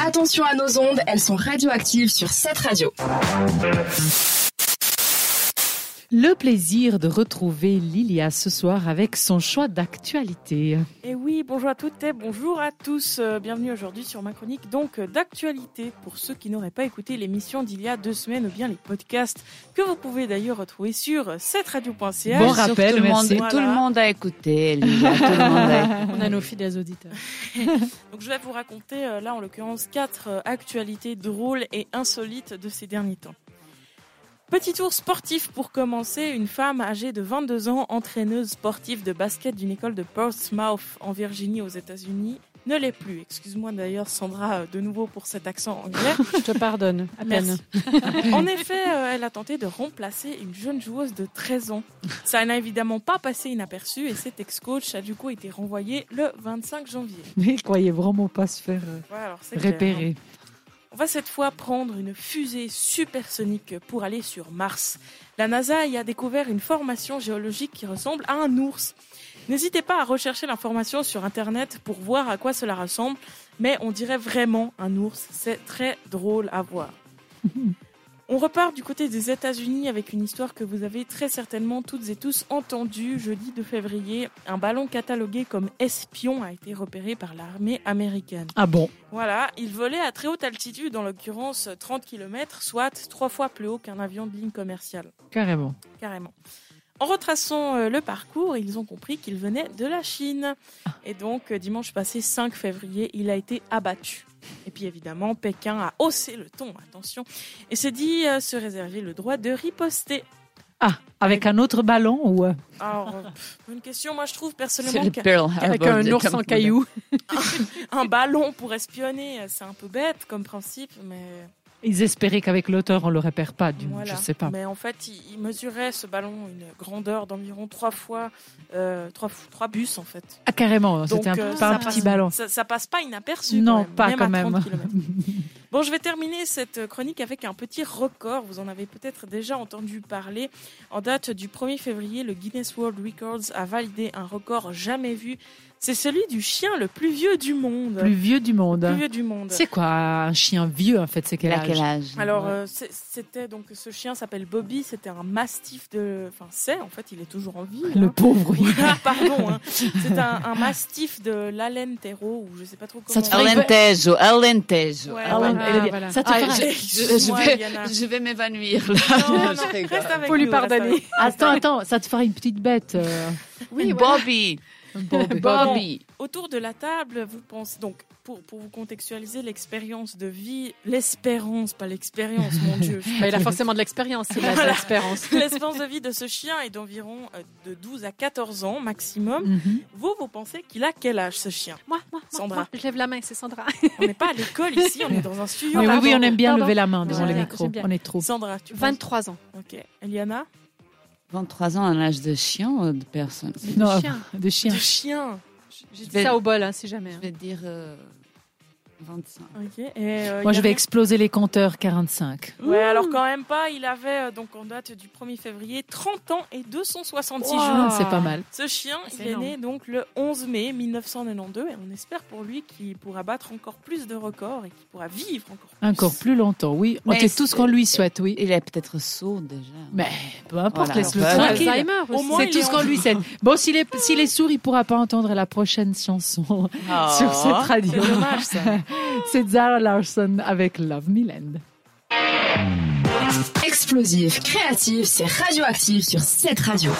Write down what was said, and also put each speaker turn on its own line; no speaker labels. Attention à nos ondes, elles sont radioactives sur cette radio.
Le plaisir de retrouver Lilia ce soir avec son choix d'actualité.
Et oui, bonjour à toutes et bonjour à tous. Euh, Bienvenue aujourd'hui sur ma chronique donc euh, d'actualité pour ceux qui n'auraient pas écouté l'émission d'il y a deux semaines ou bien les podcasts que vous pouvez d'ailleurs retrouver sur cette radio.ch.
Bon rappel,
tout, le monde,
merci.
tout le monde a écouté. Lilia, tout le monde a écouté.
On a nos fidèles auditeurs.
Donc je vais vous raconter euh, là en l'occurrence quatre euh, actualités drôles et insolites de ces derniers temps. Petit tour sportif pour commencer. Une femme âgée de 22 ans, entraîneuse sportive de basket d'une école de Portsmouth en Virginie aux États-Unis, ne l'est plus. Excuse-moi d'ailleurs Sandra euh, de nouveau pour cet accent anglais.
Je te pardonne, à peine.
En effet, euh, elle a tenté de remplacer une jeune joueuse de 13 ans. Ça n'a évidemment pas passé inaperçu et cet ex-coach a du coup été renvoyé le 25 janvier.
Mais il croyait vraiment pas se faire euh,
Ouais, alors c'est clair, hein.
repérer.
On va cette fois prendre une fusée supersonique pour aller sur Mars. La NASA y a découvert une formation géologique qui ressemble à un ours. N'hésitez pas à rechercher l'information sur Internet pour voir à quoi cela ressemble, mais on dirait vraiment un ours. C'est très drôle à voir. On repart du côté des États-Unis avec une histoire que vous avez très certainement toutes et tous entendue. Jeudi 2 février, un ballon catalogué comme espion a été repéré par l'armée américaine.
Ah bon
Voilà, il volait à très haute altitude, en l'occurrence 30 km, soit trois fois plus haut qu'un avion de ligne commerciale.
Carrément.
Carrément. En retraçant euh, le parcours, ils ont compris qu'il venait de la Chine. Et donc, euh, dimanche passé, 5 février, il a été abattu. Et puis évidemment, Pékin a haussé le ton, attention, et s'est dit euh, se réserver le droit de riposter.
Ah, avec un autre ballon ou euh,
Alors, euh, pff, bonne question, moi je trouve
C'est
personnellement
le Pearl Harbor.
Avec un
de
ours en
Camp-
caillou.
qu'un ballon pour espionner, euh, c'est un peu bête comme principe, mais...
ils espéraient qu'avec l'auteur on le repère pas, du
Voilà.
je sais pas.
Mais en fait, il, il mesurait ce ballon une grandeur d'environ trois fois, euh, trois, f- trois bus en fait.
Ah carrément,
Donc,
c'était un,
euh,
pas un
ça
petit
passe-
ballon.
Ça, ça passe pas inaperçu.
Non,
quand même,
pas quand
même à
même.
30 kilomètres. bon, je vais terminer cette chronique avec un petit record. Vous en avez peut-être déjà entendu parler. En date du 1er février, le Guinness World Records a validé un record jamais vu. C'est celui du chien le plus vieux du monde.
Plus vieux du
Le
monde.
plus vieux du monde.
C'est quoi un chien vieux en fait C'est quel
Il a
âge
quel âge
Alors, euh, c'est- c'était donc ce chien s'appelle Bobby. C'était un mastif de. Enfin, c'est en fait, il est toujours en vie.
Le
hein.
pauvre. oui.
Voilà, pardon. hein. C'est un, un mastif de l'Alentero ou je sais pas trop comment.
te ferait-
Alentejo, Alentejo.
Ouais,
Ah,
ouais,
euh, ouais.
Elle a dit,
voilà.
Ça te
Ah,
fera-
j'ai-
je, je
moi,
vais,
Yana.
je vais m'évanouir. là.
Non,
Je
non,
rigole.
reste avec
Faut lui
nous, reste
pardonner.
avec
Attends, attends, ça te fera une petite bête. euh,
Bobby,
Bob.
Bobby.
nous. Autour de la table, vous pensez donc pour, pour vous contextualiser l'expérience de vie, l'espérance, pas l'expérience, mon Dieu.
Bah, il a forcément de l'expérience, il a de
Voilà.
l'expérience.
L'espérance de vie de ce chien est d'environ euh, de 12 à 14 ans maximum.
Mhm.
Vous, vous pensez qu'il a quel âge ce chien
Moi, moi,
Sandra.
moi, je lève la main, c'est Sandra.
On n'est pas à l'école ici, on est dans un studio.
Mais oui, oui, on aime bien
Pardon.
lever la main devant
J'aime
les
bien,
micros.
j'aime bien.
On est trop.
Sandra, tu penses
23 ans.
Ok. Eliana
23 ans, un âge de chien ou de personne
Non,
Chien.
de chien.
De chien.
J'ai
Je
dit
vais-
ça au bol, hein, si jamais.
Je vais dire euh, 25.
Ok. Et, euh,
Moi, je vais
Yana
exploser les compteurs 45.
Ouais, alors quand même pas, il avait euh, donc en date du 1er février 30 ans et 266
Wow.
jours.
Ah, C'est pas mal.
Ce chien,
Ah,
C'est
il est
énorme.
né donc le 11 mai 1992 et on espère pour lui qu'il pourra battre encore plus de records et qu'il pourra vivre encore plus.
Encore plus longtemps, oui. On
Mais
sait tout ce
c'est-
qu'on lui souhaite, oui.
Il est peut-être sourd déjà.
Mais peu importe,
Voilà.
laisse-le
Voilà.
tranquille.
Bah, Alzheimer
Au
aussi.
moins,
C'est
il
tout
est
ce qu'on
en-
lui souhaite. Bon, s'il est, s'il est sourd, il pourra pas entendre la prochaine chanson
Ah.
Oh.
sur cette radio.
C'est dommage ça.
C'est Zara Larson avec Love Me Land.
Explosive, créative, c'est radioactif sur cette radio.